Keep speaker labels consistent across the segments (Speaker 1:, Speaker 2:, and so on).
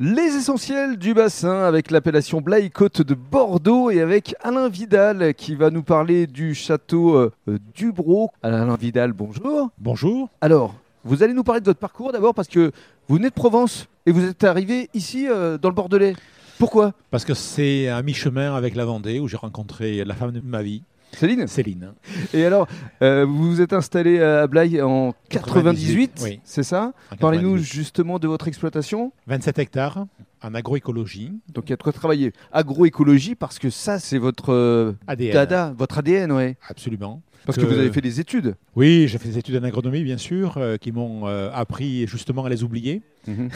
Speaker 1: Les essentiels du bassin avec l'appellation Blaye-Côte de Bordeaux et avec Alain Vidal qui va nous parler du château euh, Dubro. Alain Vidal, bonjour.
Speaker 2: Bonjour.
Speaker 1: Alors, vous allez nous parler de votre parcours d'abord parce que vous venez de Provence et vous êtes arrivé ici euh, dans le Bordelais. Pourquoi
Speaker 2: Parce que c'est à mi-chemin avec la Vendée où j'ai rencontré la femme de ma vie,
Speaker 1: Céline
Speaker 2: Céline.
Speaker 1: Et alors, euh, vous vous êtes installé à Blaye en 98,
Speaker 2: 98, oui.
Speaker 1: c'est ça
Speaker 2: en
Speaker 1: Parlez-nous
Speaker 2: 98.
Speaker 1: justement de votre exploitation.
Speaker 2: 27 hectares en agroécologie,
Speaker 1: Donc, il y a de quoi travailler. Agroécologie parce que ça, c'est votre euh,
Speaker 2: ADN.
Speaker 1: dada, votre ADN, ouais.
Speaker 2: Absolument.
Speaker 1: Parce que
Speaker 2: Que-
Speaker 1: vous avez fait des études.
Speaker 2: Oui, j'ai fait des études en agronomie, bien sûr, euh, qui m'ont euh, appris justement à les oublier
Speaker 1: Mhm.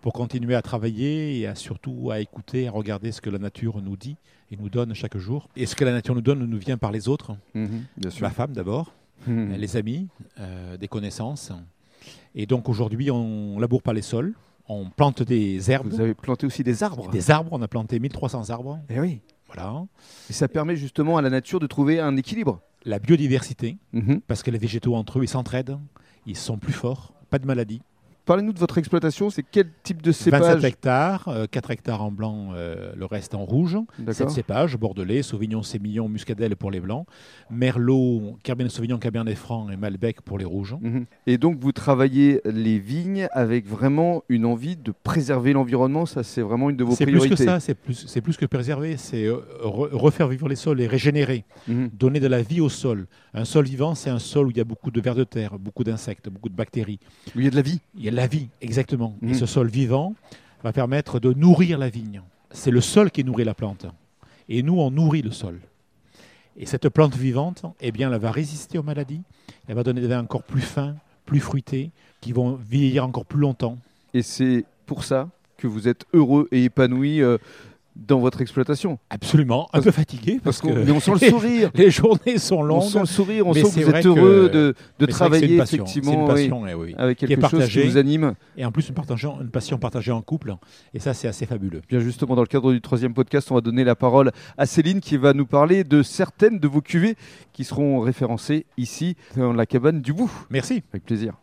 Speaker 2: pour continuer à travailler et à surtout à écouter, à regarder ce que la nature nous dit et nous donne chaque jour. Et ce que la nature nous donne nous vient par les autres,
Speaker 1: Mhm. Bien Mhm.
Speaker 2: ma femme d'abord,
Speaker 1: Mm.
Speaker 2: euh, les amis, euh, des connaissances. Et donc aujourd'hui, on laboure pas les sols, on plante des herbes.
Speaker 1: Vous avez planté aussi des arbres.
Speaker 2: Des arbres, on a planté 1300 arbres.
Speaker 1: Eh oui.
Speaker 2: Voilà.
Speaker 1: Et ça permet justement à la nature de trouver un équilibre.
Speaker 2: La biodiversité,
Speaker 1: Mhm.
Speaker 2: parce que les végétaux entre eux, ils s'entraident, ils sont plus forts, pas de maladies.
Speaker 1: Parlez-nous de votre exploitation. C'est quel type de
Speaker 2: 27
Speaker 1: cépage
Speaker 2: hectares, euh, 4 hectares en blanc, euh, le reste en rouge. 7
Speaker 1: D'accord.
Speaker 2: cépages, Bordelais, Sauvignon, Sémillon, Muscadelle pour les blancs, Merlot, Cabernet Sauvignon, Cabernet Franc et Malbec pour les rouges.
Speaker 1: Mhm. Et donc vous travaillez les vignes avec vraiment une envie de préserver l'environnement. Ça, c'est vraiment une de vos
Speaker 2: C'est plus
Speaker 1: priorités.
Speaker 2: que ça, c'est plus, c'est plus que préserver, c'est euh, re- refaire vivre les sols et régénérer.
Speaker 1: Mhm.
Speaker 2: donner de la vie au sol. Un sol vivant, c'est un sol où il y a beaucoup de vers de terre, beaucoup d'insectes, beaucoup de bactéries.
Speaker 1: Où il y a de la vie.
Speaker 2: Il y a de la vie, exactement.
Speaker 1: Mhm.
Speaker 2: Et ce sol vivant va permettre de nourrir la vigne. C'est le sol qui nourrit la plante. Et nous, on nourrit le sol. Et cette plante vivante, eh bien, elle va résister aux maladies. Elle va donner des vins encore plus fins, plus fruités, qui vont vieillir encore plus longtemps.
Speaker 1: Et c'est pour ça que vous êtes heureux et épanoui euh, dans votre exploitation.
Speaker 2: Absolument. Un peu fatigué parce,
Speaker 1: qu'on-
Speaker 2: que
Speaker 1: mais on sent le sourire.
Speaker 2: les journées sont
Speaker 1: on
Speaker 2: longues.
Speaker 1: sent le sourire. On
Speaker 2: mais
Speaker 1: sent que
Speaker 2: c'est
Speaker 1: vous
Speaker 2: vrai
Speaker 1: êtes heureux
Speaker 2: que-
Speaker 1: de, de
Speaker 2: Mais c'est vrai que c'est
Speaker 1: travailler
Speaker 2: une passion. C'est
Speaker 1: effectivement
Speaker 2: une
Speaker 1: oui,
Speaker 2: passion, eh oui.
Speaker 1: avec
Speaker 2: est
Speaker 1: quelque chose qui
Speaker 2: partagée.
Speaker 1: vous anime.
Speaker 2: Et en plus, une, partage- une passion partagée en couple. Et ça, c'est assez fabuleux.
Speaker 1: Bien justement, dans le cadre du troisième podcast, on va donner la parole à Céline qui va nous parler de certaines de vos cuvées qui seront référencées ici dans la cabane du bout.
Speaker 2: Merci.
Speaker 1: Avec plaisir.